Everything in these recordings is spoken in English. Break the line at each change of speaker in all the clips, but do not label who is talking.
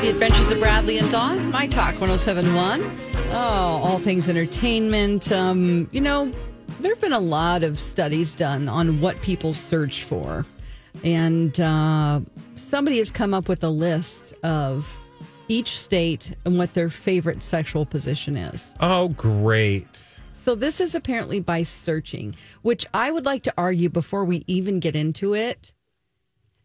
The Adventures of Bradley and Dawn, My Talk 1071. Oh, all things entertainment. Um, you know, there have been a lot of studies done on what people search for. And uh, somebody has come up with a list of each state and what their favorite sexual position is.
Oh, great.
So this is apparently by searching, which I would like to argue before we even get into it.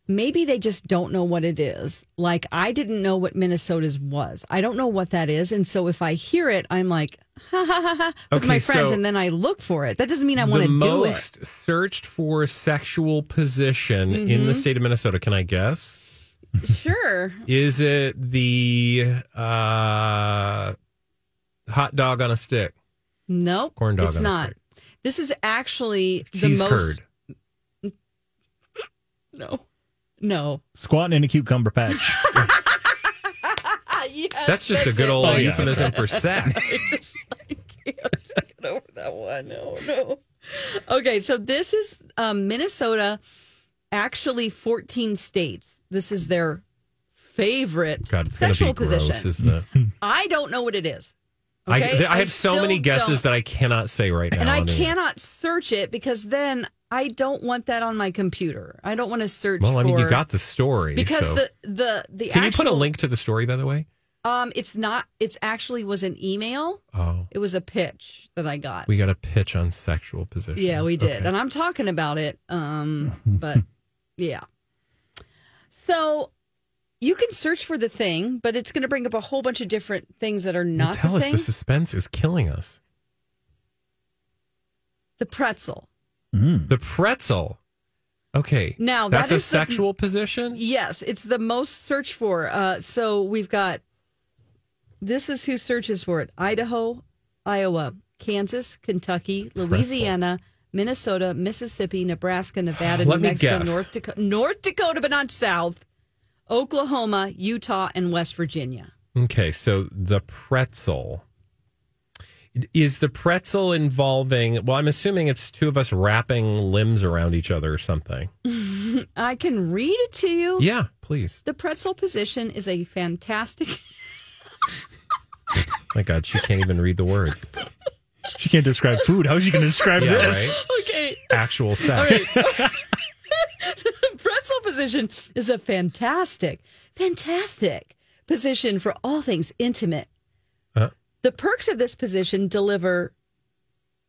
Maybe they just don't know what it is. Like I didn't know what Minnesota's was. I don't know what that is, and so if I hear it, I'm like, ha ha ha, ha with
Okay,
my friends,
so-
and then I look for it. That doesn't mean I want
the
to do it.
most searched for sexual position in
Mm-hmm.
the state of Minnesota, can I guess?
Sure,
Is it the uh, hot dog on a stick?
nope,
Corn dog
It's
on a
not.
stick.
This is actually
Cheese
the most.
curd.
No, no.
Squatting in a cucumber patch.
Ah, yes,
That's just a good
it.
old
Oh, yeah,
euphemism for sex.
just like can't get over that one. Oh no. Okay, so this is um, Minnesota. Actually, fourteen states. This is their favorite
God, it's going to
sexual
be
position.
gross, isn't it?
I don't know what it is.
I,
Okay?
I have so
still
many guesses
don't.
that I cannot say right now.
and I
on air.
cannot search it because then I don't want that on my computer. I don't want to search.
Well, I mean, you
for-
got the story.
because
so-
the the the
Can
actual,
you put a link to the story, by the way?
Um, it's not. It's actually was an email.
Oh,
It was a pitch that I got.
we got a pitch on sexual positions.
Yeah, we did.
Okay.
And I'm talking about it. Um, but yeah. So you can search for the thing, but it's going to bring up a whole bunch of different things that are
You
not
tell
the
us
thing.
the suspense is killing us.
the pretzel.
The pretzel. Okay.
Now, that
that's a
is the-
sexual position.
Yes, it's the most searched for. Uh, so we've got this is who searches for it Idaho, Iowa, Kansas, Kentucky, Louisiana. Minnesota, Mississippi, Nebraska, Nevada,
Let
New
me
Mexico,
guess.
North Dakota, North Dakota, but not South, Oklahoma, Utah, and West Virginia.
Okay, so the pretzel. Is the pretzel involving, well, I'm assuming it's two of us wrapping limbs around each other or something.
I can read it to you.
Yeah, please.
The pretzel position is a fantastic.
My God, she can't even read the words.
she can't describe food. How is she going to describe
Yeah,
this?
right?
okay.
Actual sex.
pretzel position is a fantastic, fantastic position for all things intimate.
Uh-huh.
The perks of this position deliver.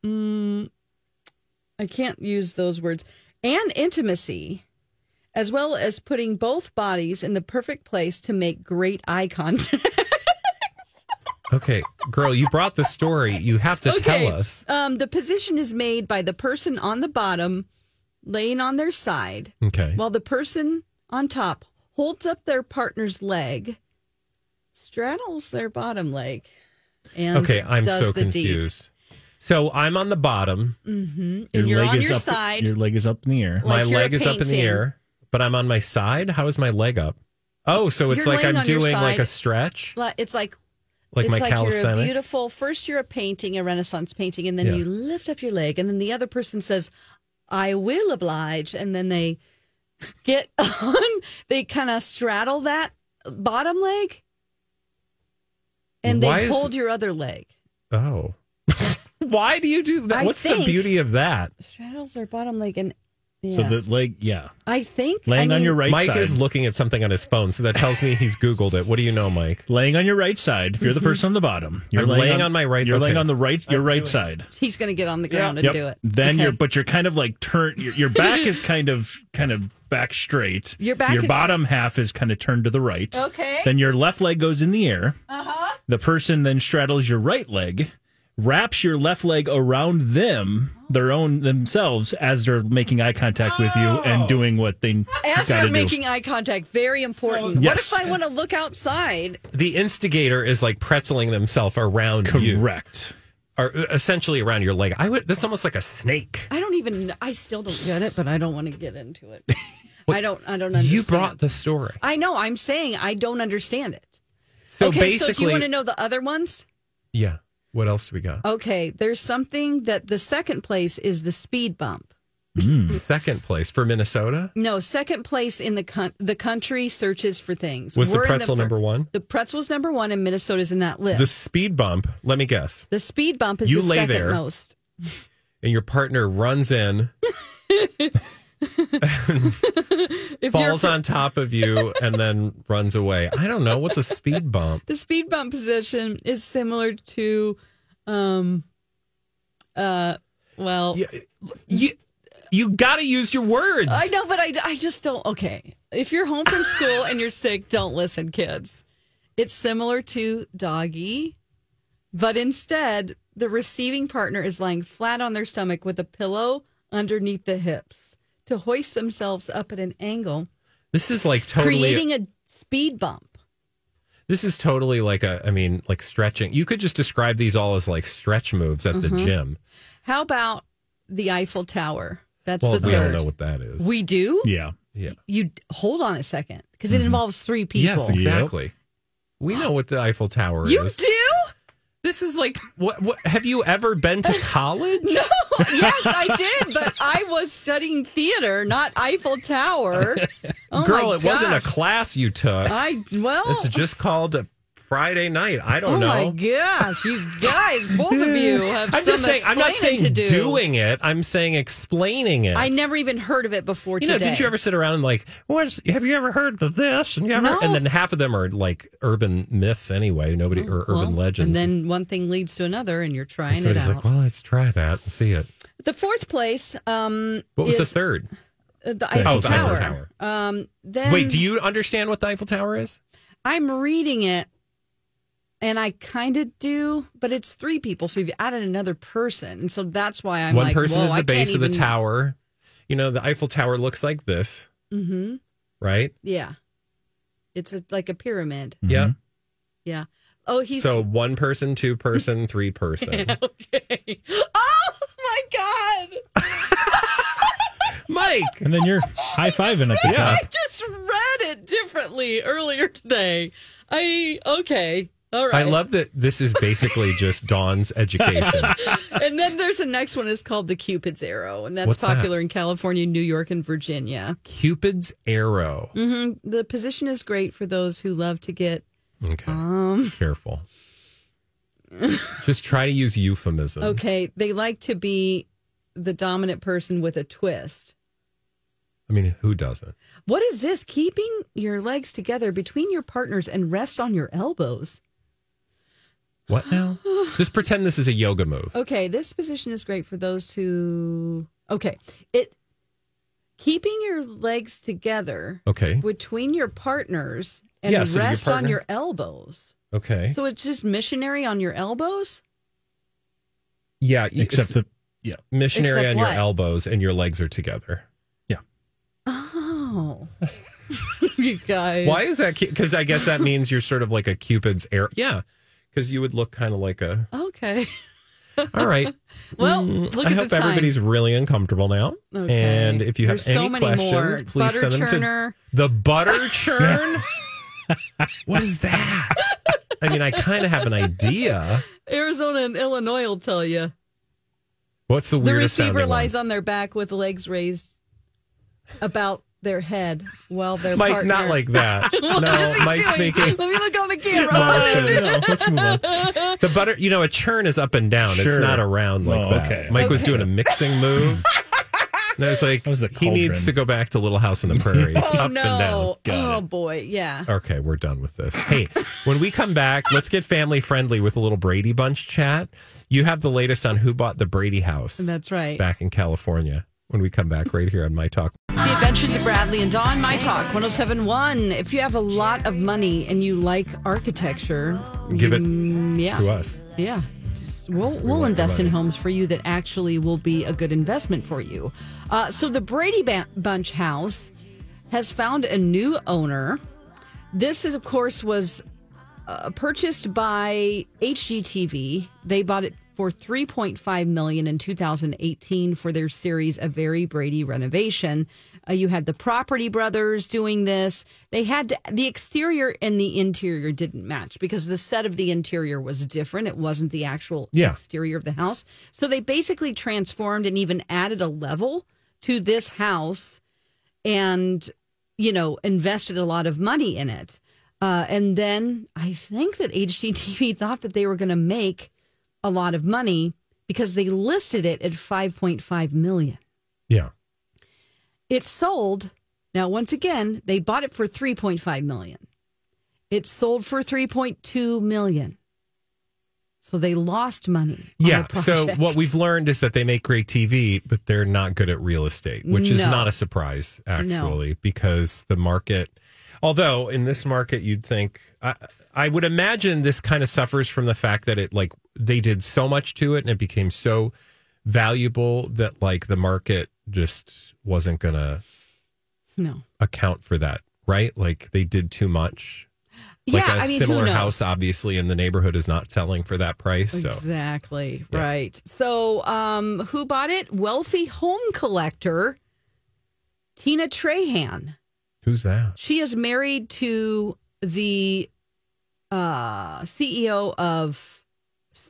mm, I can't use those words. And intimacy, as well as putting both bodies in the perfect place to make great eye contact.
Okay, girl, you brought the story. You have to tell us.
Um, the position is made by the person on the bottom laying on their side.
Okay.
while the person on top holds up their partner's leg, straddles their bottom leg, and
okay, I'm
does
so
the
confused. So I'm on the bottom.
deed. And you're on your
up,
side.
Your leg is up in the air.
Like
my
you're a
leg is up in the
painting.
air, but I'm on my side. How is my leg up? Oh, so it's
You're
like
laying
I'm
on your
doing like
side.
a stretch,
Li- It's like
like
it's
my
like you're a
calisthenics.
beautiful. First, you're a painting, a Renaissance painting, and then
Yeah.
you lift up your leg, and then the other person says, "I will oblige," and then they get on. They kind of straddle that bottom leg, and
Why
they
is-
hold your other leg.
Oh, why do you do that?
I
What's the
think-
beauty of that?
straddles her bottom leg and
So
Yeah.
the leg, yeah,
I think I
laying on
mean,
your right
Mike
side.
is looking at something on his phone, so that tells me he's Googled it. What do you know, Mike?
laying on your right side. If you're
Mm-hmm.
the person on the bottom, you're
I'm laying on my right-
You're laying
okay.
on the right. Your right side.
He's going to get on the ground and do it.
Then
Okay.
you're, but you're kind of like turn. Your, your back is kind of, kind of back straight.
Your back
Your
is
bottom half is kind of turned to the right.
Okay. Uh-huh.
Then your left leg goes in the air. Uh huh. The person then straddles your right leg, wraps your left leg around them, their own themselves, as they're making eye contact with you and doing what they
Oh. As
gotta
they're
do.
making eye contact, very important.
Yes.
What if I want to look outside?
The instigator is like pretzeling themselves around you,
correct.
or uh, essentially around your leg. I would. That's almost like a snake.
I don't even. I still don't get it, but I don't want to get into it. I don't. I don't understand.
You brought the story.
I know. I'm saying I don't understand it.
So
okay.
basically,
so do you want to know the other ones?
yeah. What else do we got?
Okay. There's something that the second place is the speed bump. Um,
Second place for Minnesota.
No, second place in the con- the country searches for things.
Was the
in
pretzel
fir-
number one?
The pretzel's number one, and Minnesota's in that list.
The speed bump. Let me guess.
the speed bump is
You
the
lay
second
there.
most.
And your partner runs in,
If you're
falls
fr-
on top of you, and then runs away. I don't know. What's a speed bump?
the speed bump position is similar to, um, uh, well,
You, you, you got to use your words.
I know, but I, I just don't. Okay. If you're home from school and you're sick, don't listen, kids. It's similar to doggy, but instead, the receiving partner is lying flat on their stomach with a pillow underneath the hips to hoist themselves up at an angle,
This is like totally.
creating a speed bump.
This is totally like a, I mean, like stretching. You could just describe these all as like stretch moves at
Mm-hmm.
the gym.
How about the Eiffel Tower? That's
well,
the
we don't
third.
know what that is.
We do?
Yeah.
yeah.
You hold on a second because it involves three people.
Mm-hmm. Yes, exactly. We know what the Eiffel Tower
You
is.
do?
This is like, what, what? Have you ever been to college?
No, yes, I did, but I was studying theater, not Eiffel Tower. Oh
Girl,
my
it wasn't a
gosh.
class you took.
I well,
It's just called a Friday night. I
oh
don't know.
my gosh, you guys, both of you have
I'm
some
just saying. I'm not
explaining to
saying
do.
doing it. I'm saying explaining it.
I never even heard of it before
You know,
today.
did you ever sit around and like, what's, have you ever heard of this? And you ever,
No. Oh,
and then half of them are like urban myths anyway. Nobody or urban
Well, And
legends.
then one thing leads to another, and you're trying it
somebody's
out.
like, well, let's try that and see it.
the fourth place, um,
What was the
is,
third? Oh,
uh, the Eiffel
the
Tower.
Eiffel
Um, then
Wait, do you understand what the Eiffel Tower is?
I'm reading it and I kind of do, but it's three people. So you've added another person. And so that's why I'm
One
like,
person
whoa,
is
I
the
can't
base of the
even-
tower. You know, the Eiffel Tower looks like this,
hmm
right?
Yeah. It's a, like a pyramid.
Yeah.
Yeah. Oh, he's
So one person, two person, three person.
okay. Oh my God.
Mike,
And then you're high fiving at the
Yeah.
top.
I just read it differently earlier today. I, okay. All
I
right.
love that this is basically just Dawn's education.
and then there's the next one is called the Cupid's arrow, and that's
What's that?
popular in California, New York, and Virginia.
Cupid's arrow.
Mm. The position is great for those who love to get
Okay.
Um.
Careful. Just try to use euphemisms.
okay. They like to be the dominant person with a twist.
I mean, who doesn't?
What is this? Keeping your legs together between your partners and rest on your elbows.
What now? Just pretend this is a yoga move.
Okay, this position is great for those who. Okay, it keeping your legs together
Okay.
between your partners and
Yeah, so your
rest on
partner-
your elbows.
Okay.
So it's just missionary on your elbows.
Yeah. you-
Except the yeah.
missionary
Except
on
what?
your elbows and your legs are together.
Oh, you guys.
Why is that? Because I guess that means you're sort of like a Cupid's arrow. Yeah. Because you would look kind of like a.
Okay.
All right.
Well,
Mm,
look
I
at
hope
the time.
everybody's really uncomfortable now. And if you have
There's
any
so many
questions,
more.
please
Butter
send them
churner.
to the butter churn. what is that? I mean, I kind of have an idea.
Arizona and Illinois will tell you.
What's the
The
weirdest
receiver
sounding
lies
one?
on their back with legs raised about their head while their
Mike,
partner.
not like that. no, Mike's
doing?
making
Let me look on the camera.
Oh, sure. No, let's move on.
the butter. You know, a churn is up and down. It's
Sure.
not around like
Oh,
that.
okay.
Mike was
Okay.
doing a mixing move. And I was like,
That was a
he needs
cauldron.
to go back to Little House on the Prairie. It's
Oh
up and down.
no!
Got
Oh
it.
boy! Yeah.
Okay, we're done with this. Hey, when we come back, let's get family friendly with a little Brady Bunch chat. You have the latest on who bought the Brady house
That's right.
back in California when we come back right here on My Talk.
The Adventures of Bradley and Dawn, My Talk 1071. If you have a lot of money and you like architecture,
Give it
mm, yeah.
to us.
Yeah. Just- We'll, we'll
want
invest in
everybody.
homes for you that actually will be a good investment for you. Uh, so, the Brady ba- Bunch house has found a new owner. This is, of course, was uh, purchased by HGTV. They bought it for 3.5 million in 2018 for their series A Very Brady Renovation. Uh, you had the Property Brothers doing this. They had to, the exterior and the interior didn't match because the set of the interior was different. It wasn't the actual
Yeah.
exterior of the house. So they basically transformed and even added a level to this house and you know invested a lot of money in it uh, and then i think that hgtv thought that they were going to make a lot of money because they listed it at 5.5 million
Yeah.
it sold now once again they bought it for 3.5 million it sold for 3.2 million so they lost money on
Yeah.
the
So
project.
what we've learned is that they make great TV, but they're not good at real estate, which is
No.
not a surprise actually, because the market. Although in this market, you'd think I, I would imagine this kind of suffers from the fact that it like they did so much to it and it became so valuable that like the market just wasn't gonna
no
account for that, right? Like they did too much. Like
yeah
a
I mean who
similar
knows?
house, obviously, in the neighborhood is not selling for that price. So
Exactly.
Yeah.
Right. So, um, who bought it? Wealthy home collector Tina Trahan.
who's that?
She is married to the uh, CEO of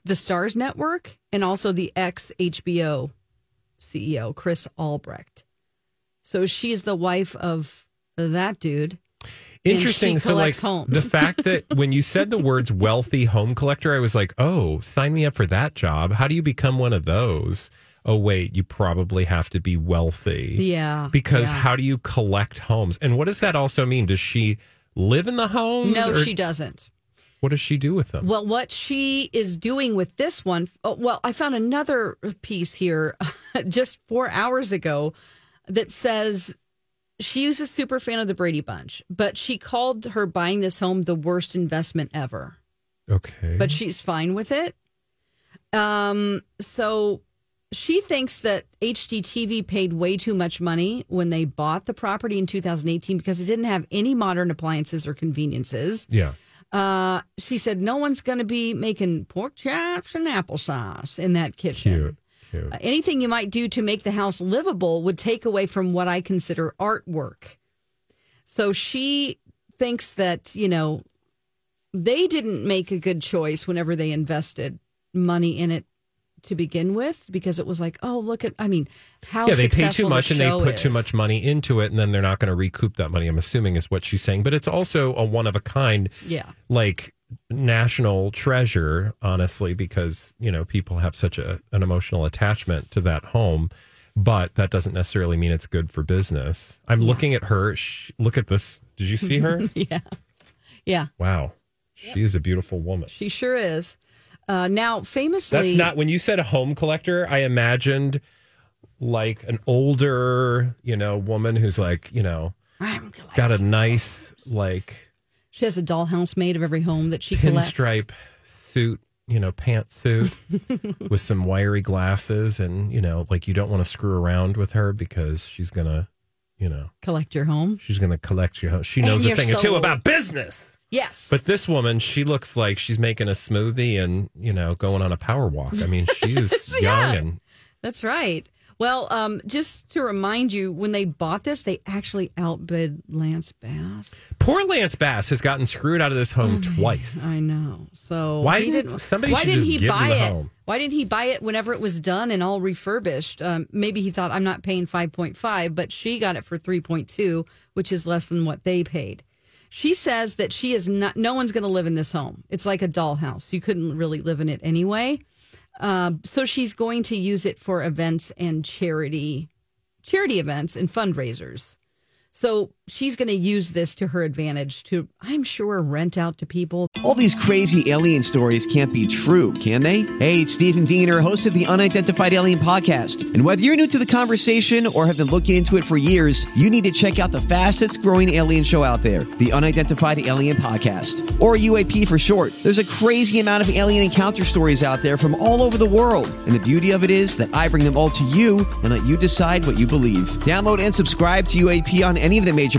the Stars Network and also the ex HBO CEO, E Chris Albrecht. So she's the wife of that dude. And
Interesting.
she
so, like,
collects homes.
the fact that when you said the words wealthy home collector, I was like, oh, sign me up for that job. How do you become one of those? Oh, wait, you probably have to be wealthy.
Yeah.
Because
yeah.
how do you collect homes? And what does that also mean? Does she live in the homes?
No,
or
she doesn't.
What does she do with them?
Well, what she is doing with this one, oh, well, I found another piece here just four hours ago that says she was a super fan of the Brady Bunch, but she called her buying this home the worst investment ever.
okay.
But she's fine with it. Um, so she thinks that HGTV paid way too much money when they bought the property in 2018 because it didn't have any modern appliances or conveniences.
yeah.
Uh, she said, "No one's going to be making pork chops and applesauce in that kitchen.
Cute.
Uh, anything you might do to make the house livable would take away from what I consider artwork." So she thinks that you know they didn't make a good choice whenever they invested money in it to begin with because it was like, oh look at, I mean, how
yeah, they pay
successful
too
the
much and they
show
put too
is.
much money into it, and then they're not going to recoup that money. I'm assuming is what she's saying, but it's also a one of a kind,
Yeah.
like national treasure, honestly, because you know people have such a an emotional attachment to that home. But that doesn't necessarily mean it's good for business. I'm looking at her. Sh look at this. Did you see her?
Yeah, yeah,
wow, she is a beautiful woman.
she sure is. Uh, now, famously,
That's not when you said a home collector, I imagined like an older, you know, woman who's like, you know,
I'm glad
got a nice like
She has a dollhouse made of every home that she collects.
pinstripe suit, you know, pantsuit with some wiry glasses and, you know, like you don't want to screw around with her because she's going to, you know,
Collect your home.
she's going to collect your home. She knows a
your
thing or two
soul.
about business.
Yes.
But this woman, she looks like she's making a smoothie and, you know, going on a power walk. I mean, she is
Yeah.
young and
That's right. Well, um, just to remind you, when they bought this, they actually outbid Lance Bass.
Poor Lance Bass has gotten screwed out of this home
Oh,
twice.
I know. So
Why
he
didn't- somebody
Why
should
didn't
just
he
give him
buy
the
it?
home.
Why didn't he buy it whenever it was done and all refurbished? Um, maybe he thought I'm not paying 5.5, but she got it for 3.2, which is less than what they paid. She says that she is not. No one's going to live in this home. It's like a dollhouse. You couldn't really live in it anyway. Um, so she's going to use it for events and charity charity events and fundraisers. So she's going to use this to her advantage to, I'm sure, rent out to people.
All these crazy alien stories can't be true, can they? Hey, it's Stephen Diener, host of the Unidentified Alien Podcast. And whether you're new to the conversation or have been looking into it for years, you need to check out the fastest growing alien show out there, the Unidentified Alien Podcast, or UAP for short. There's a crazy amount of alien encounter stories out there from all over the world. And the beauty of it is that I bring them all to you and let you decide what you believe. Download and subscribe to UAP on any of the major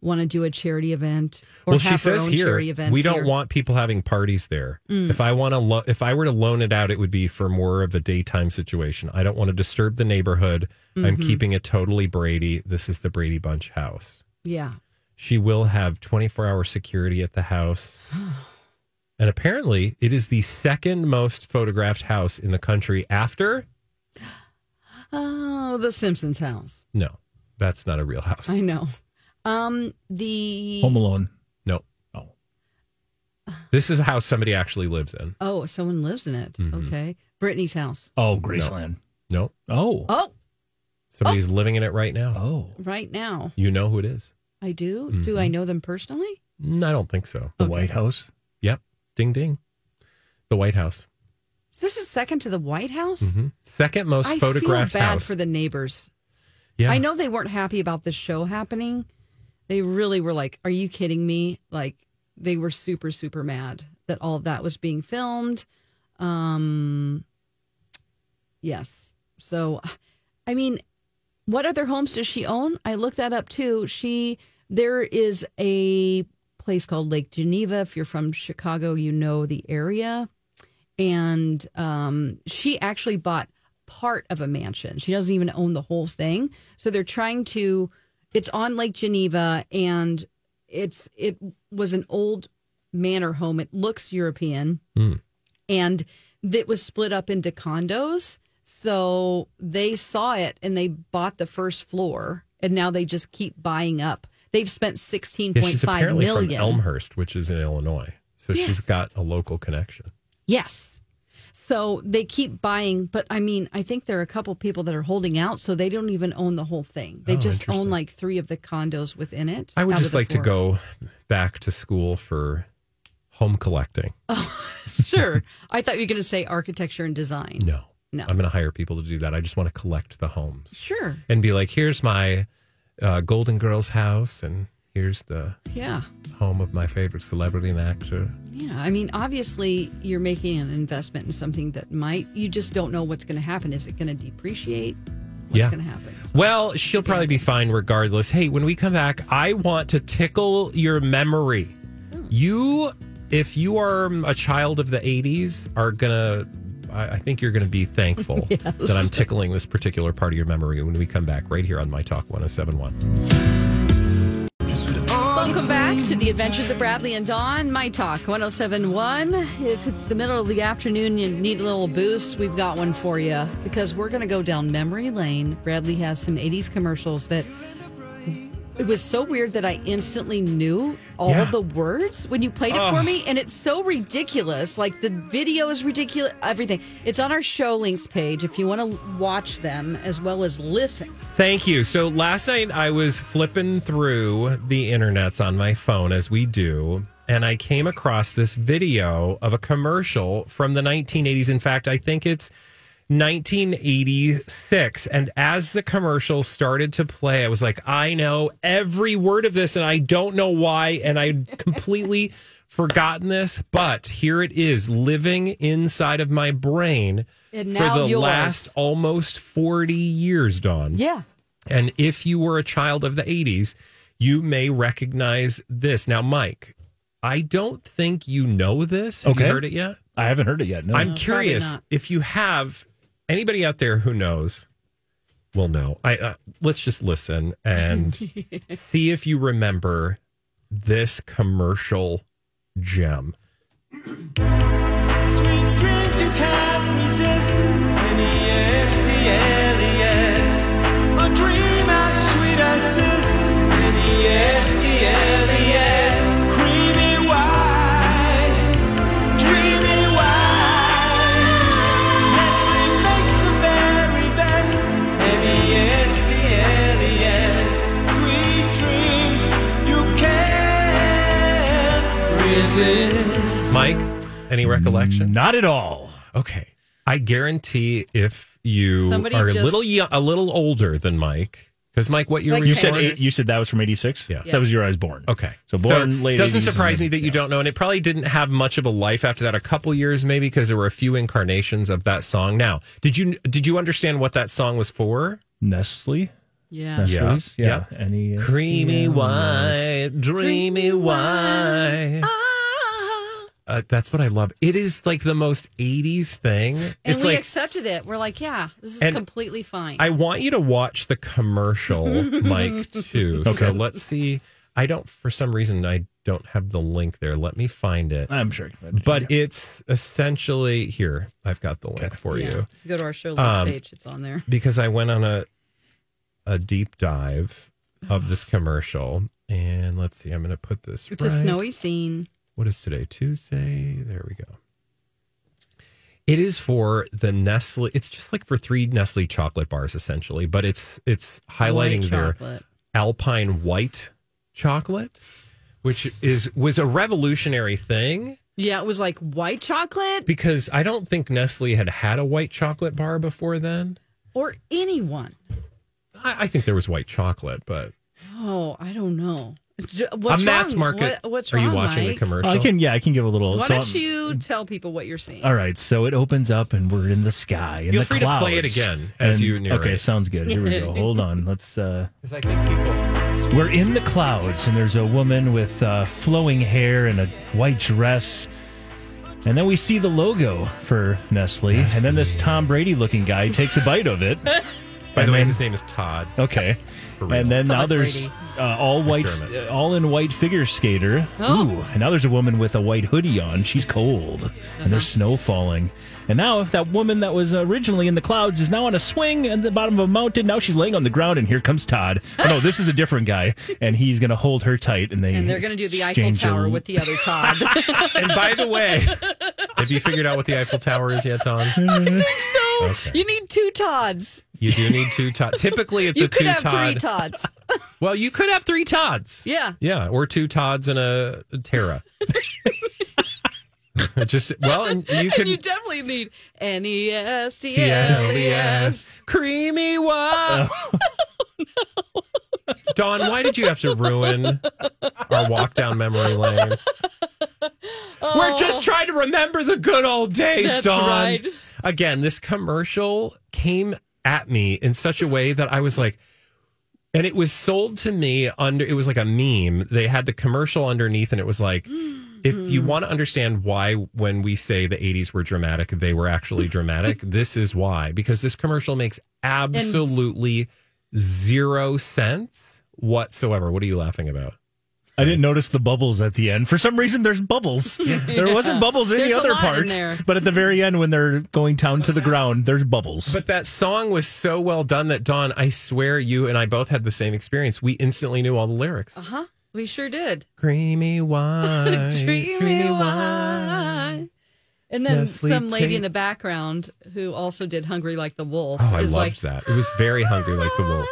want to do a charity event or
Well,
have
she
her
says
own
here
charity events.
we don't
here. Mm.
want people having parties there. If I want to, lo- if I were to loan it out, it would be for more of a daytime situation. I don't want to disturb the neighborhood. I'm
Mm-hmm.
keeping it totally Brady. This is the Brady Bunch house.
Yeah.
She will have 24 hour security at the house. And apparently, it is the second most photographed house in the country after.
Oh, the Simpsons house.
No, that's not a real house.
I know. Um, the
Home Alone.
No. Oh. This is a house somebody actually lives in.
oh, someone lives in it.
Mm-hmm.
Okay, Brittany's house.
Oh, Graceland.
No.
Oh.
Oh,
Somebody's living in it right now.
Oh.
right now
You know who it is.
I do. Do
Mm-hmm.
I know them personally?
Mm, I don't think so.
Oh.
The White House.
Yep. Ding ding. The White House.
Is this is second to the White House.
Mhm. Second most
I feel
photographed
bad
house.
for the neighbors.
yeah.
I know they weren't happy about this show happening. They really were like, "Are you kidding me?" Like they were super super mad that all of that was being filmed. Um yes. So I mean, what other homes does she own? I looked that up too. She there is a place called Lake Geneva. If you're from Chicago, you know the area. And um, she actually bought part of a mansion. She doesn't even own the whole thing. So they're trying to. It's on Lake Geneva, and it's it was an old manor home. It looks European
Hmm.
and it was split up into condos. So they saw it and they bought the first floor, and now they just keep buying up. They've spent sixteen
Yeah,
point
she's
five
apparently
million.
from Elmhurst, which is in Illinois. So she's
Yes.
got a local connection.
Yes. So they keep buying, but I mean, I think there are a couple people that are holding out, so they don't even own the whole thing. They
Oh,
just own
interesting.
like three of the condos within it.
I would
out of
just
the
like
four.
to go back to school for home collecting.
Oh, Sure. I thought you were going to say architecture and design.
No.
No.
I'm going to hire people to do that. I just want to collect the homes.
Sure.
and be like, here's my uh, Golden Girls house, and here's the
Yeah.
home of my favorite celebrity and actor.
Yeah, I mean, obviously, you're making an investment in something that might, you just don't know what's going to happen. Is it going to depreciate? What's
Yeah.
going to happen? So-
Well, she'll probably be fine regardless. Hey, when we come back, I want to tickle your memory. You, if you are um, a child of the 80s, are going to. I I think you're going to be thankful that I'm tickling this particular part of your memory when we come back right here on My Talk 1071.
Welcome back to the Adventures of Bradley and Dawn, My Talk 1071. If it's the middle of the afternoon and you need a little boost, we've got one for you because we're going to go down memory lane. Bradley has some 80s commercials that it was so weird that I instantly knew all
Yeah.
of the words when you played it for me, and it's so ridiculous. Like the video is ridiculous, everything. It's on our show links page if you want to watch them as well as listen.
Thank you. So last night I was flipping through the internets on my phone as we do, and I came across this video of a commercial from the 1980s. In fact, I think it's 1986. And as the commercial started to play, I was like, I know every word of this, and I don't know why. And I completely forgotten this, but here it is living inside of my brain
And
for
now
the
yours.
last almost 40 years, Dawn.
Yeah.
And if you were a child of the 80s, you may recognize this. Now, Mike, I don't think you know this. Have
Okay.
you heard it yet?
I haven't heard it yet. No.
I'm
probably
curious
not.
if you have anybody out there who knows. Well, no. I uh, let's just listen and see if you remember this commercial gem.
E E E
Mike, any recollection?
Not at all.
Okay. I guarantee if you
Somebody
are a
just-
little yo- a little older than Mike, because Mike, what year
Like
were you
You said
born?
eight, you said that was from '86.
Yeah.
that was your I was born.
Okay.
So born late
Doesn't
80s
surprise me
and-
that you
yeah.
don't know. And it probably didn't have much of a life after that, a couple years maybe, because there were a few incarnations of that song. Now, did you did you understand what that song was for?
Nestle.
Yeah.
Nestle's.
Yeah.
Yeah. E Any
Creamy white, dreamy white.
Ah.
Uh, that's what I love. It is like the most 80s thing.
And
it's
we
like
accepted it. We're like, yeah, this is
And
completely fine.
I want you to watch the commercial, Mike, too. So
Okay.
let's see. I don't, for some reason, I don't have the link there. Let me find it.
I'm sure.
But it's essentially here. I've got the link for
yeah.
you
Go to our show list
Um,
page. It's on there.
because I went on a a deep dive of this commercial. And let's see. I'm going to put this.
It's a
right.
snowy scene.
What is today? Tuesday. There we go. It is for the Nestle. It's just like for three Nestle chocolate bars, essentially. But it's it's highlighting
White
their
chocolate.
Alpine white chocolate, which is was a revolutionary thing.
Yeah, it was like white chocolate
because I don't think Nestle had had a white chocolate bar before then.
or anyone.
I, I think there was white chocolate, but
Oh, I don't know. J- What's
a mass
wrong?
market.
What- what's
are
wrong,
you watching
Mike?
the commercial?
I can. Yeah, I can give a little.
Why
so
don't
I'm-
you tell people what you're seeing?
All right, so it opens up and we're in the sky and
Feel
the
free to
clouds.
play it again as you narrate.
Okay, sounds good. Here we go. Hold on. Let's. uh
'Cause I think people.
We're in the clouds and there's a woman with uh, flowing hair and a white dress. And then we see the logo for Nestle, and then this Tom Brady looking guy takes a bite of it.
By
And
the way,
then-
his name is Todd.
Okay.
For real.
And then now there's
Brady.
uh, all white,
McDermott.
uh, all in white figure skater.
Oh.
Ooh, and now there's a woman with a white hoodie on. She's
Uh-huh.
cold, and there's snow falling. And now if that woman that was originally in the clouds is now on a swing at the bottom of a mountain. Now she's laying on the ground, and here comes Todd. Oh, no, this is a different guy, and he's gonna hold her tight, and they
And they're going to do the Eiffel
exchange a-
Tower with the other Todd.
And by the way, have you figured out what the Eiffel Tower is yet, Tom?
so you need two Todds.
You do need two Todd. Typically, it's
You
a
could
two
have three
Todd.
Todds.
well, you could have three Todds.
Yeah.
Yeah, or two Todds and a, a Tara. Just well, and you could
And you definitely need N E S T L E S.
Yes. Creamy wow. Don, why did you have to ruin our walk down memory lane? We're just trying to remember the good old days,
Oh. That's
Dawn.
right.
Again, this commercial came at me in such a way that I was like, and it was sold to me under, it was like a meme. They had the commercial underneath, and it was like, if you want to understand why, when we say the 80s were dramatic, they were actually dramatic, this is why. Because this commercial makes absolutely zero sense whatsoever. What are you laughing about?
I didn't notice the bubbles at the end. For some reason, there's bubbles. There wasn't bubbles in
There's
the
a
other
lot in
part,
there.
but at the very end, when they're going down to the ground, there's bubbles.
But that song was so well done that Don, I swear you and I both had the same experience. We instantly knew all the lyrics.
Huh? We sure did.
Creamy wine,
Dreamy, wine. And then
Nestle
some lady in
Tate.
the background who also did Hungry Like the Wolf
Oh, I
is
loved
like,
that. It was very hungry like the wolf.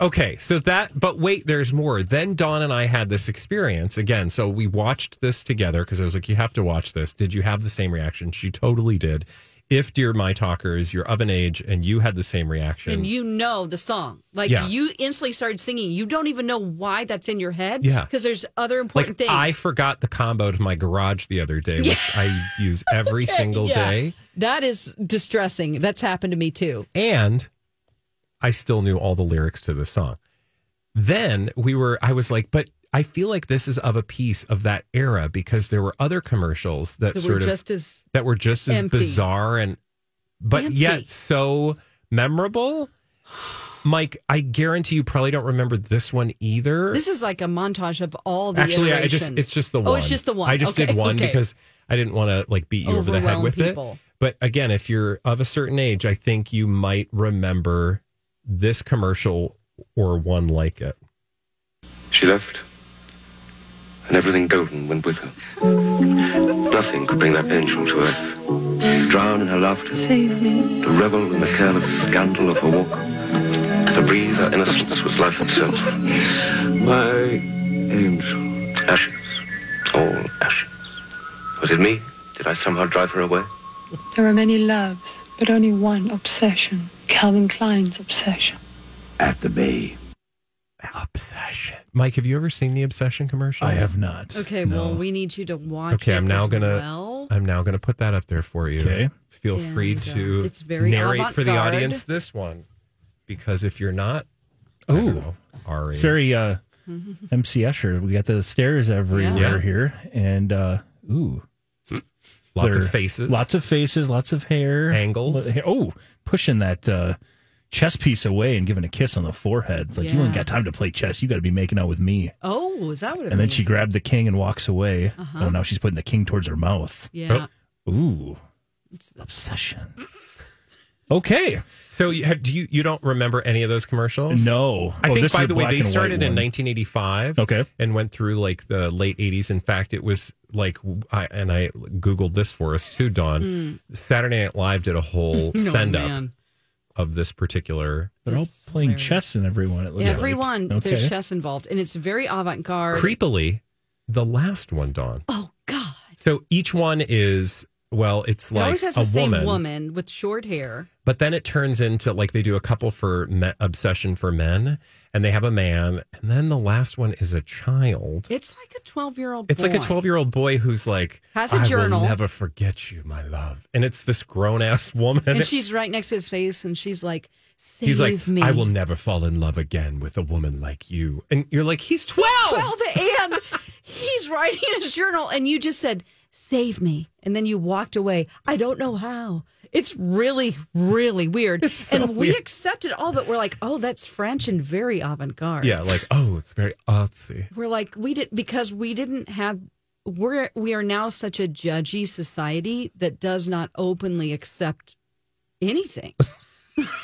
Okay, so that, but wait, there's more. Then Don and I had this experience again. So we watched this together because I was like, you have to watch this. Did you have the same reaction? She totally did. If, dear my talkers, you're of an age and you had the same reaction,
and you know the song. Like
Yeah.
you instantly started singing. You don't even know why that's in your head.
Yeah.
Because there's other important
like
things.
I forgot the combo to my garage the other day, which I use every single
Yeah.
day.
That is distressing. That's happened to me too.
and I still knew all the lyrics to the song. Then we were, I was like, but I feel like this is of a piece of that era because there were other commercials that
That were
sort of
just as
that were just as
empty.
bizarre and but
Empty.
yet so memorable. Mike, I guarantee you probably don't remember this one either.
This is like a montage of all the
Actually, I
iterations.
just it's just the one.
Oh, it's just the one.
I just
Okay,
did one
okay.
because I didn't want to like beat you over the head
Overwhelm
with
people.
it. But again, if you're of a certain age, I think you might remember this commercial or one like it.
She left, and everything golden went with her. Nothing could bring that angel to earth. Drown in her laughter. Save me. To revel in the careless scandal of her walk. To breathe her innocence with life itself. My angel. Ashes. All ashes. Was it me? Did I somehow drive her away?
There are many loves, but only one obsession Calvin Klein's obsession.
At the bay.
Obsession. Mike, have you ever seen the Obsession commercial?
I have not.
Okay,
No.
well, we need you to watch.
Okay,
it
I'm now
as
gonna
well.
I'm now gonna put that up there for you.
Okay.
Feel
There
free
you go.
to
It's very
narrate for the
avant-garde.
audience this one. Because if you're not, I don't
Ooh.
know, our
It's
age.
very uh, MC Escher. We got the stairs everywhere
Yeah.
here, and uh, ooh,
lots
there-
of faces.
lots of faces, lots of hair,
Angles.
Lo- hair- Oh, pushing that uh, chess piece away and giving a kiss on the forehead. It's like you
Yeah.
ain't got time to play chess. You got to be making out with me.
Oh, is that what it
And then she
means?
grabbed the king and walks away. Oh, now she's putting the king towards her mouth.
Uh-huh.
Oh,
Yeah.
Ooh, obsession. Okay,
So you have, do you you don't remember any of those commercials?
no.
I
Oh,
think
this is
by
a
the way
black
they
and white
started in
one.
1985
Okay.
and went through like the late 80s. In fact, it was like I and I googled this for us too, Dawn. Saturday Night Live did a whole
Hmm. No,
send up
man.
of this particular
They're all
That's
playing
hilarious.
chess and everyone. It looks like.
Everyone, there's chess involved, and it's very avant-garde.
creepily the last one, Dawn.
Oh God!
So each one is well, it's
It
like
always has
a
the same
woman,
woman. with short hair.
but then it turns into like they do a couple for me- obsession for men, and they have a man, and then the last one is a child.
It's like a twelve-year-old.
It's like a
boy.
12 year old boy who's like,
Has a
"I will
journal."
never forget you, my love. And it's this grown ass woman.
and she's right next to his face, and she's like, "Save
He's like,
me."
I will never fall in love again with a woman like you. And you're like, he's 12.
Well, the and he's writing his journal, and you just said, "Save me," and then you walked away. I don't know how. It's really, really weird. and we
weird.
accepted all of it. We're like, "Oh, that's French and very avant-garde."
Yeah, like, oh, it's very artsy.
we're like, we did because we didn't have. We're we are now such a judgy society that does not openly accept anything.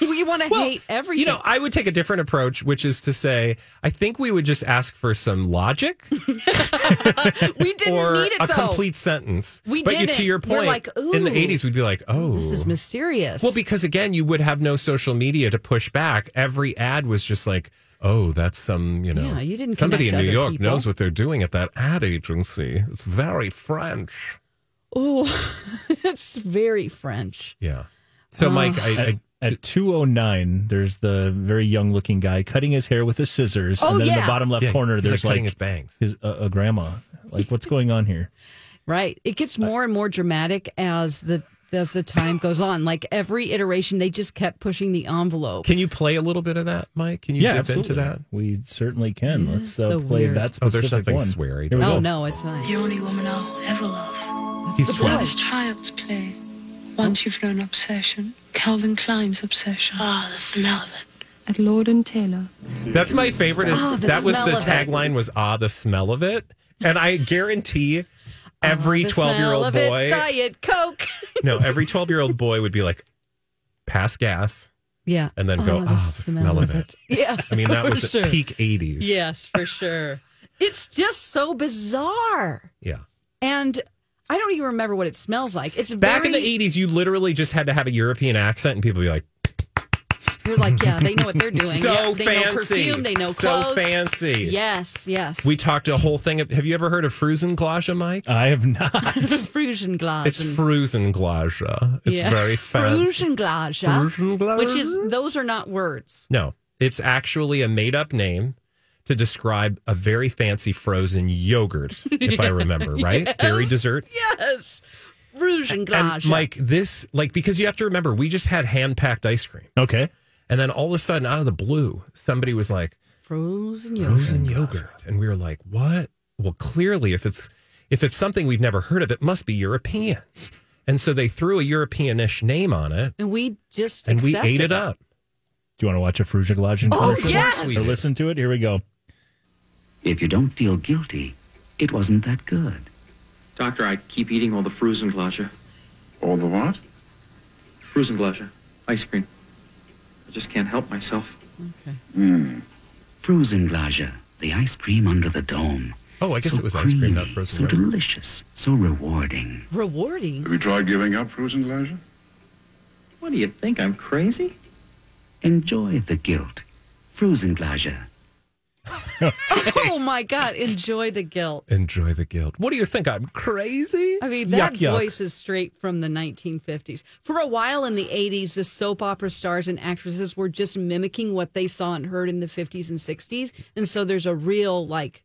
we want to hate everything.
You know, I would take a different approach, which is to say, I think we would just ask for some logic
we didn't
or
need it
a
though.
complete sentence.
We
but you-
didn't.
to your
We're
point,
like,
in the
ooh,
80s, we'd be like, oh,
this is mysterious.
Well, because again, you would have no social media to push back. Every ad was just like, "Oh, that's some you know,
Yeah, you didn't
somebody in
connect
New
other
York
people."
knows what they're doing at that ad agency. It's very French."
oh, it's very French.
Yeah.
Uh,
So, Mike, I,
At,
I
at 209, there's the very young looking guy cutting his hair with his scissors.
Oh,
and then in
yeah.
the bottom left
yeah,
corner,
he's,
there's
like,
like,
cutting his bangs.
his, a, a grandma. Like, what's going on here?
Right. It
Uh,
gets more and more dramatic as the as the time goes on. Like every iteration, they just kept pushing the envelope.
Can you play a little bit of that, Mike? Can you dip into that?
We certainly can. Let's uh,
so
play
weird.
that
Oh,
specific
there's nothing
one.
sweary.
Here we
Oh
go.
no, it's not.
The only woman I'll ever love.
He's
the
That
12.
is child's play. Once you've known obsession, Calvin Klein's obsession. Ah, the smell of it. At Lord and Taylor.
That's my favorite. Is
Ah, the
that was the
smell of it.
tagline was "Ah, the smell of it," and I guarantee every
Ah, The
twelve year
smell
old
of it,
boy,
Diet Coke.
no, every twelve year old boy would be like, "Pass gas."
yeah.
and then go, oh, the smell, of it.
Yeah.
I mean, that
for
was
sure.
at peak 80s.
Yes, for sure. it's just so bizarre.
Yeah.
And I don't even remember what it smells like. It's
Back
very,
in the 80s, you literally just had to have a European accent and people would be like,
You're like, yeah, they know what they're doing.
so
yeah, they
fancy.
know perfume, they know
so
clothes.
fancy.
Yes, yes.
We talked a whole thing. Of, have you ever heard of Frusenglasche, Mike?
I have not.
Frugenglas.
It's Frusenglasche. It's very fancy. Frugenglasche?
Frugenglas. Which is, those are not words.
No, it's actually a made up name to describe a very fancy frozen yogurt, if I remember, right? Dairy dessert.
Yes.
And
Frugenglas.
Mike, this like because you have to remember, we just had hand packed ice cream,
okay.
and then all of a sudden, out of the blue, somebody was like,
Frozen yogurt.
frozen yogurt and we were like what well clearly if it's if it's something we've never heard of it must be european and so they threw a europeanish name on it
And we just
and we
accepted
ate it up
Do you want to watch a Frugia Galatian
Oh,
commercial?
yes!
Or listen to it? Here we go.
If you don't feel guilty, it wasn't that good. Doctor, I keep eating all the Frusenglasser.
All the what?
Frusenglasser. Ice cream. I just can't help myself.
Okay.
Frusenglasser, the ice cream under the dome.
oh i guess
So
it was ice cream not
creamy,
frozen
So
yogurt.
delicious, so rewarding.
Rewarding.
Have you tried giving up Frusenglasser?
What do you think? I'm crazy? Enjoy the guilt. Frusenglasser.
Oh my God. Enjoy the guilt.
enjoy the guilt what do you think i'm crazy
I mean, that
Yuck, yuck.
voice is straight from the 1950s. For a while in the 80s, the soap opera stars and actresses were just mimicking what they saw and heard in the 50s and 60s. And so there's a real, like,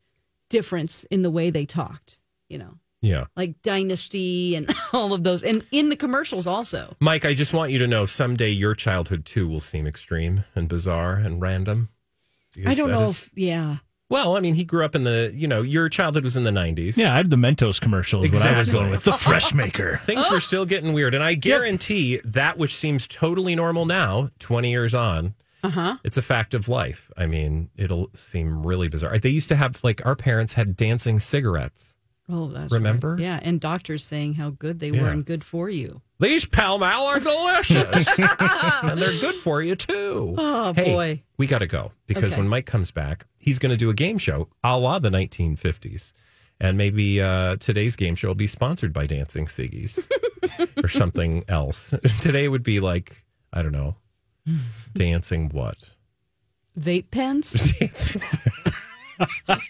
difference in the way they talked, you know,
yeah
like Dynasty and all of those. And in the commercials also.
Mike, I just want you to know someday your childhood too will seem extreme and bizarre and random.
I
Because
don't
that
know
is-
if, yeah.
well, I mean, he grew up in the, you know, your childhood was in the 90s.
Yeah, I had the Mentos commercial is what I was
Exactly.
going with. The Fresh Maker.
Things
Oh.
were still getting weird. And I guarantee that which seems totally normal now, 20 years on, uh-huh. it's a fact of life. I mean, it'll seem really bizarre. They used to have, like, our parents had dancing cigarettes.
Oh, that's
Remember?
right. Yeah. And doctors saying how good they were
Yeah.
and good for you.
These Pall Mall are delicious. and they're good for you, too.
Oh,
hey,
boy.
We got to go because
Okay.
when Mike comes back, he's going to do a game show a la the 1950s. And maybe uh, today's game show will be sponsored by Dancing Siggies or something else. Today would be like, I don't know, dancing what?
Vape pens,
Dancing-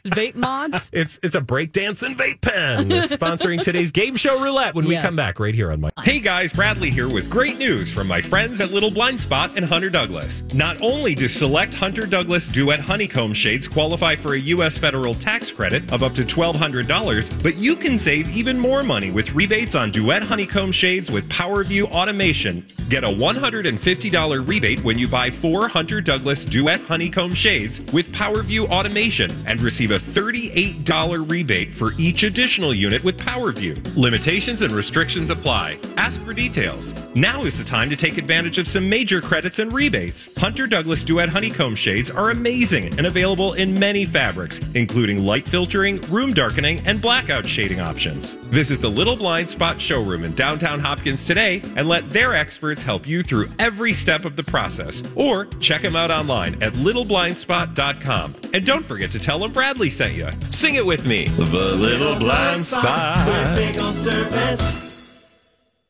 vape mods.
it's it's a breakdancing vape pen sponsoring today's game show roulette when we
Yes.
come back right here on my Hey guys, Bradley here with great news from my friends at Little Blind Spot and Hunter Douglas. Not only do select Hunter Douglas Duet Honeycomb shades qualify for a US federal tax credit of up to $1200, but you can save even more money with rebates on Duet Honeycomb shades with PowerView automation. Get a $150 rebate when you buy 4 Hunter Douglas Duet Honeycomb shades with PowerView automation and receive a $38 rebate for each additional unit with PowerView. Limitations and restrictions apply. Ask for details. Now is the time to take advantage of some major credits and rebates. Hunter Douglas Duet Honeycomb shades are amazing and available in many fabrics, including light filtering, room darkening, and blackout shading options. Visit the Little Blind Spot showroom in downtown Hopkins today and let their experts help you through every step of the process. Or check them out online at littleblindspot.com. And don't forget to tell them Bradley sent you. Sing it with me. The Little Blind Spot.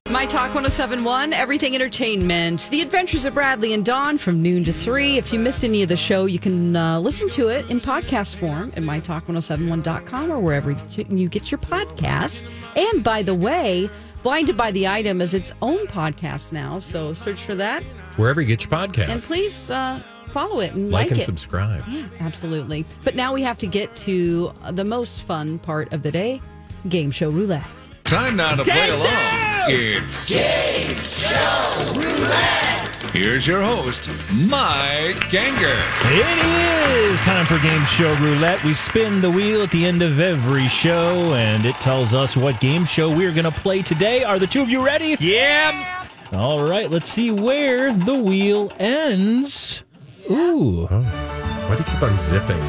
My Talk 1071, Everything Entertainment, The Adventures of Bradley and Dawn from noon to three. If you missed any of the show, you can uh, listen to it in podcast form at mytalk1071.com or wherever you get your podcasts. And by the way, Blinded by the Item is its own podcast now. So search for that
Wherever you get your podcast.
and please uh, follow it and like,
like, and
it.
subscribe.
Yeah, absolutely. But now we have to get to uh, the most fun part of the day game show roulette.
Time now to play along. It's Game Show Roulette. Here's your host, Mike Ganger.
It is time for Game Show Roulette. We spin the wheel at the end of every show, and it tells us what game show we're going to play today. Are the two of you ready?
Yeah.
All right, let's see where the wheel ends. Ooh,
Why do you keep on zipping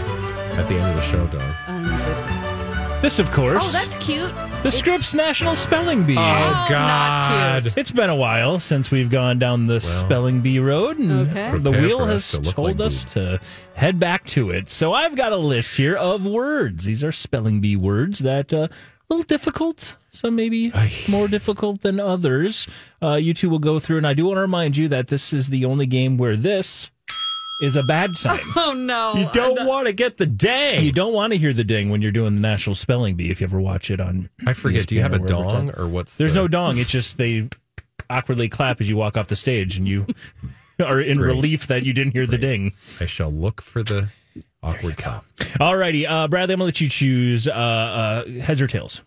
at the end of the show, Don?
Unzip.
this, of course,
Oh, that's cute.
the script's National Spelling Bee.
Oh, God.
It's been a while since we've gone down the spelling bee road, and
Okay.
the
Prepare
wheel
for
has
us to look
told
like
us
boobs.
to head back to it. So I've got a list here of words. These are spelling bee words that uh, a little difficult. Some maybe more difficult than others. Uh, you two will go through, and I do want to remind you that this is the only game where this is a bad sign.
Oh no!
You don't want to get the dang.
You don't want to hear the ding when you're doing the National Spelling Bee if you ever watch it on. E
I forget. Do you
ESPN
have
or
a
wherever it's at.
dong or what's?
There's
the-
no dong. It's just they awkwardly clap as you walk off the stage, and you are in
Great.
relief that you didn't hear the ding.
I shall look for the awkward cop.
Alrighty, uh, Bradley, I'm gonna let you choose uh, uh, heads or tails.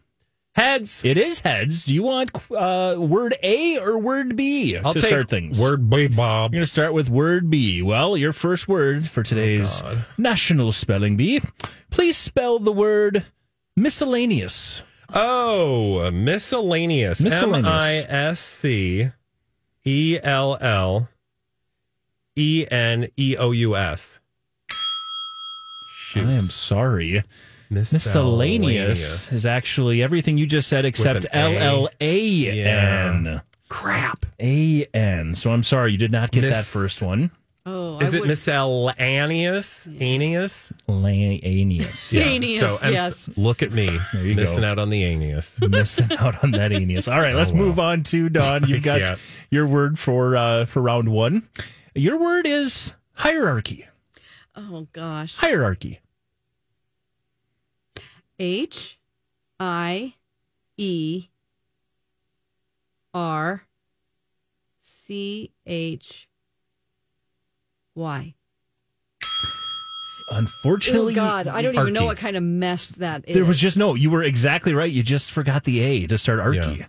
Heads.
It is heads. Do you want uh, word A or word B
I'll
to
take
start things?
Word B, Bob.
You're going to start with word B. Well, your first word for today's National Spelling Bee. Please spell the word miscellaneous.
Oh, miscellaneous. M
Miscellaneous.
I S C E L L E N E O U S.
I am sorry. Miscellaneous is actually everything you just said except
an A.
L L A
Yeah.
N.
Crap.
A N. So I'm sorry you did not get
Mis-
that first one.
Oh,
Is
I
it
would-
miscellaneous? Aeneas?
Lanius.
Aeneas,
and
yes.
Look at me.
you go.
missing out on the aeneas.
missing out on that Aeneas. All right, let's move on to Don. You've got
Oh, Yeah.
your word for uh, for round one. Your word is hierarchy.
Oh gosh.
Hierarchy.
H I E R C H Y. Oh
Unfortunately,
God, I don't even know
archy.
what kind of mess that is.
There was just no. You were exactly right. You just forgot the A to start archy.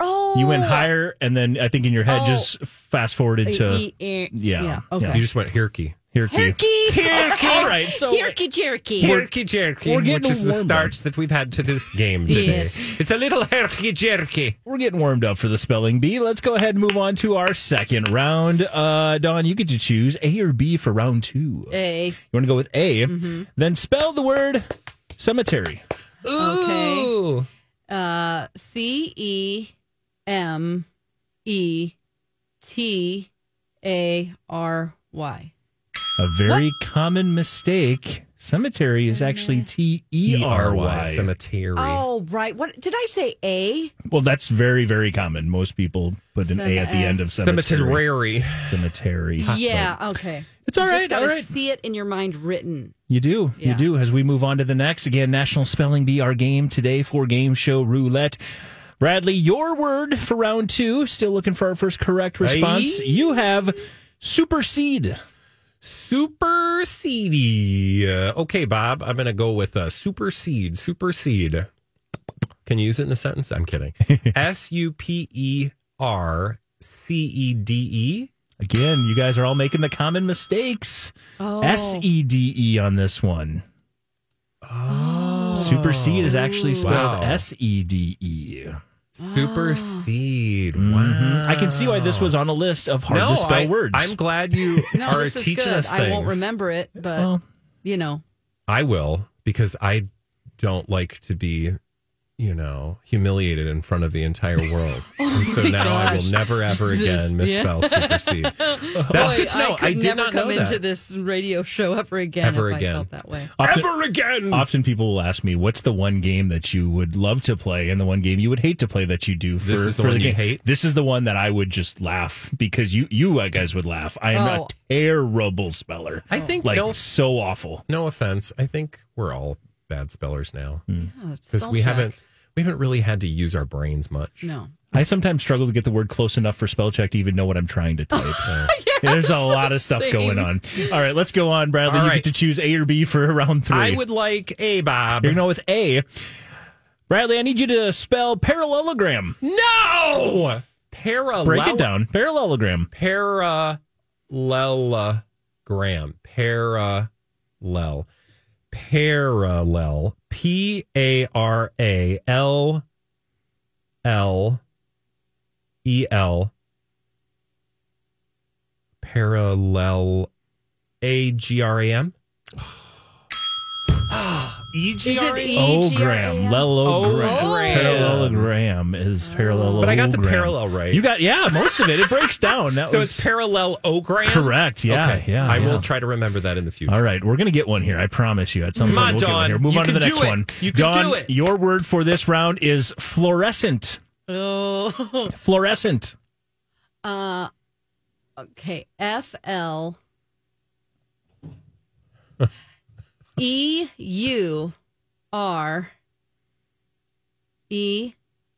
oh,
You went higher, and then I think in your head
Oh.
just fast forwarded to
E- E-
Yeah.
yeah.
You
Okay.
just went hirky.
Hirky. All right, so
Jerky, jerky.
Hirky jerky,
We're getting
which is
a
the
warm
starts that we've had to this game today.
Yes.
It's a little hirky jerky.
we're getting warmed up for the spelling bee. Let's go ahead and move on to our second round. Uh, Don, you get to choose A or B for round two.
A.
You want to go with A, then spell the word cemetery.
Okay.
Ooh.
Uh, C E M E T A R Y.
A very common mistake. Cemetery is actually T E R Y.
Cemetery.
Oh, right. What did I say? A.
Well, that's very, very common. Most people put an A at the end of
Cemetery.
cemetery. Cemetery.
Yeah. Okay.
It's all
You
right.
Just gotta
All right.
see it in your mind written.
You do. You
Yeah.
do. As we move on to the next, again, National Spelling Bee, our game today for Game Show Roulette. Bradley, your word for round two. Still looking for our first correct response.
Aye.
You have supersede.
Super seedy. Uh, okay, Bob, I'm going to go with uh, super seed. Super seed. Can you use it in a sentence? I'm kidding. S U P E R C E D E.
Again, you guys are all making the common mistakes.
Oh.
S E D E on this one. Oh. Supersede is actually
Wow.
spelled S E D E.
Super seed. Wow.
Mhm. I can see why this was on a list of hard to spell
I,
words.
I'm glad you
No,
are
this is
teaching
good.
us things.
I won't remember it, but
Well,
you know.
I will because I don't like to be, you know, humiliated in front of the entire world. and so now I will
Oh gosh.
never ever
This-
again misspell supersede. That's
Boy,
good to know.
I,
I,
could
did
never
not
come
know
into
that.
this radio show ever again.
Ever
if
again.
I felt that way.
often,
Ever again.
often people will ask me, "What's the one game that you would love to play, and the one game you would hate to play that you do?" For,
This is the
for
one you
game?
hate?
This is the one that I would just laugh because you, you guys would laugh. I am
Oh.
a terrible speller.
I think
like
no,
so awful.
no offense. I think we're all bad spellers now
Oh, it's
because
spell
we
check.
haven't we haven't really had to use our brains much.
No.
I sometimes struggle to get the word close enough for spell check to even know what I'm trying to type. There's a lot of stuff
same.
going on. All right, let's go on, Bradley.
All
you
right.
get to choose A or B for round three.
I would like a Bob.
You're going with A. Bradley, I need you to spell parallelogram.
No. Parallel.
Break it down. Parallelogram.
parallelogram. Parallel. Parallel. P A R A L L E L. Parallel. A G R A M. E G
Is
R
it
A M.
E?
Ogram.
E-G-R-A-M.
Lelogram.
Ogram.
Parallelogram is parallel.
But I got the parallel right.
You got, yeah, most of it. It breaks down. That
So
was
it's parallel ogram?
correct. Yeah.
okay.
Yeah.
I
yeah.
will try to remember that in the future.
All right, we're gonna get one here. I promise you. At some
Come
point,
on,
we'll
Dawn.
get one here. Move
You
on to the
can
next
do it.
one.
You can
Dawn,
do it.
Your word for this round is fluorescent.
Oh.
Fluorescent.
Uh, okay. F L E U R E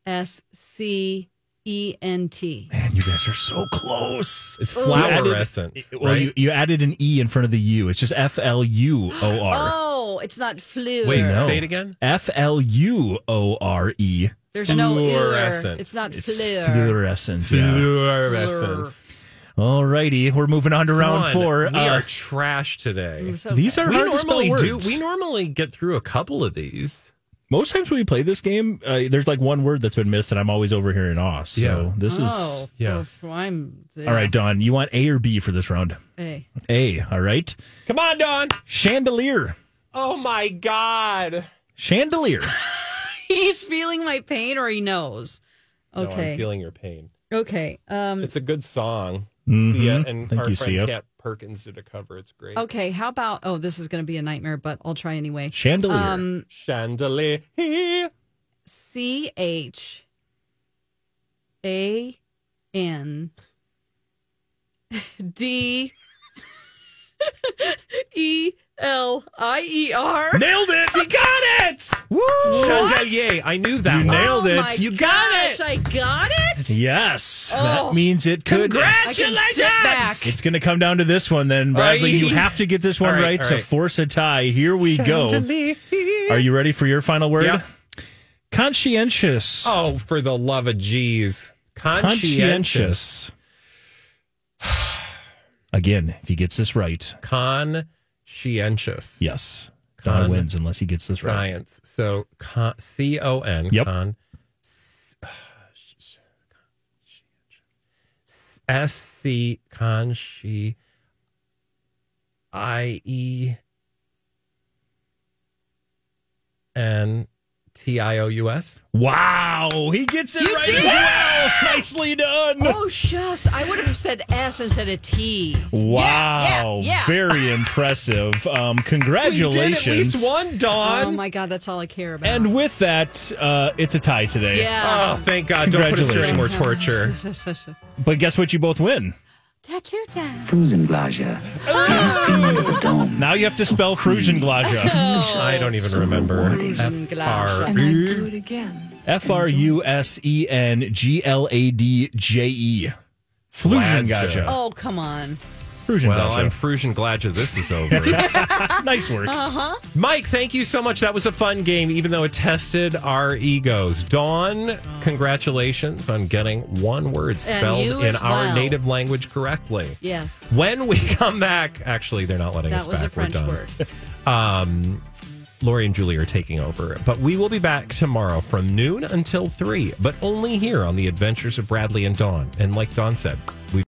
S C E N T.
Man, you guys are so close.
It's
You added-
fluorescent.
Well,
right?
you, you added an E in front of the U. It's just F L U O R.
Oh, No, it's not flu.
Wait, say it again.
F L U O R E.
There's no
Fluorescent.
ear. It's not
It's
flu.
fluorescent. Yeah.
Fluorescence.
All righty, we're moving on to
Come
round
on,
four.
We
Uh,
are trash today.
these are
we
hard to spell
normally do.
words.
We normally get through a couple of these.
Most times when we play this game, uh, there's like one word that's been missed, and I'm always over here in awe. So
Yeah.
this
Oh,
is
Yeah.
oh, I'm there.
all right, Don. You want A or B for this round?
Hey.
A. All right.
Come on, Don.
Chandelier.
Oh my God.
Chandelier.
Um, He's feeling my pain, or he knows.
No,
Okay.
I'm feeling your pain.
okay. Um.
It's a good song.
Mhm.
Sia and
Thank
our
you,
friend
Sia.
Kat Perkins did a cover. It's great.
Okay. How about? Oh, this is going to be a nightmare, but I'll try anyway.
Chandelier.
Um.
Chandelier.
C H A N D E L I E R.
Nailed it.
You got it.
Woo!
Chandelier. I knew that.
You
one.
nailed
Oh
it.
my
You
gosh, I got it.
Yes.
Oh.
that means it could.
I can sit back.
It's going to come down to this one then, Bradley.
Aye.
You have to get this one
All
right,
right, all
to
right.
force a tie. Here we
Chandelier.
go. Are you ready for your final word?
Yeah.
Conscientious.
Oh, for the love of geez. Conscientious.
Again, if he gets this right,
Conscientious.
yes, Don
Con-
wins unless he gets this right.
Science. So con, C O N.
Yep.
Con. S C con she I E N T I O U S.
Wow, he gets it
You
right
did
as
it!
well. Nicely done.
Oh, shush. I would have said S instead of T.
Wow,
yeah, yeah.
very impressive. Um, congratulations.
We did at least one, Dawn.
Oh, my God. That's all I care about.
And with that, uh, it's a tie today.
yeah.
Oh, thank God. Don't put us through any more torture.
But guess what? You both win.
Tattoo time.
Fusenblase.
Ah!
Feast dome.
Now you have to spell Frugenglaja.
I don't even remember.
Fusion Oh. glass.
F-R-
And I do it again.
F R U S E N G L A D J E. Frugenglaja.
Oh, come on.
Well, I'm
Frugenglaja.
Frusian glad you this is over.
Nice work.
Mike, thank you so much. That was a fun game, even though it tested our egos. Dawn, congratulations on getting one word spelled
you
in
as
our
well.
native language correctly.
Yes.
When we come back, actually, they're not letting us
That was
back.
a French
We're done.
word.
Um, Lori and Julie are taking over, but we will be back tomorrow from noon until three, but only here on the Adventures of Bradley and Dawn. And like Dawn said, we.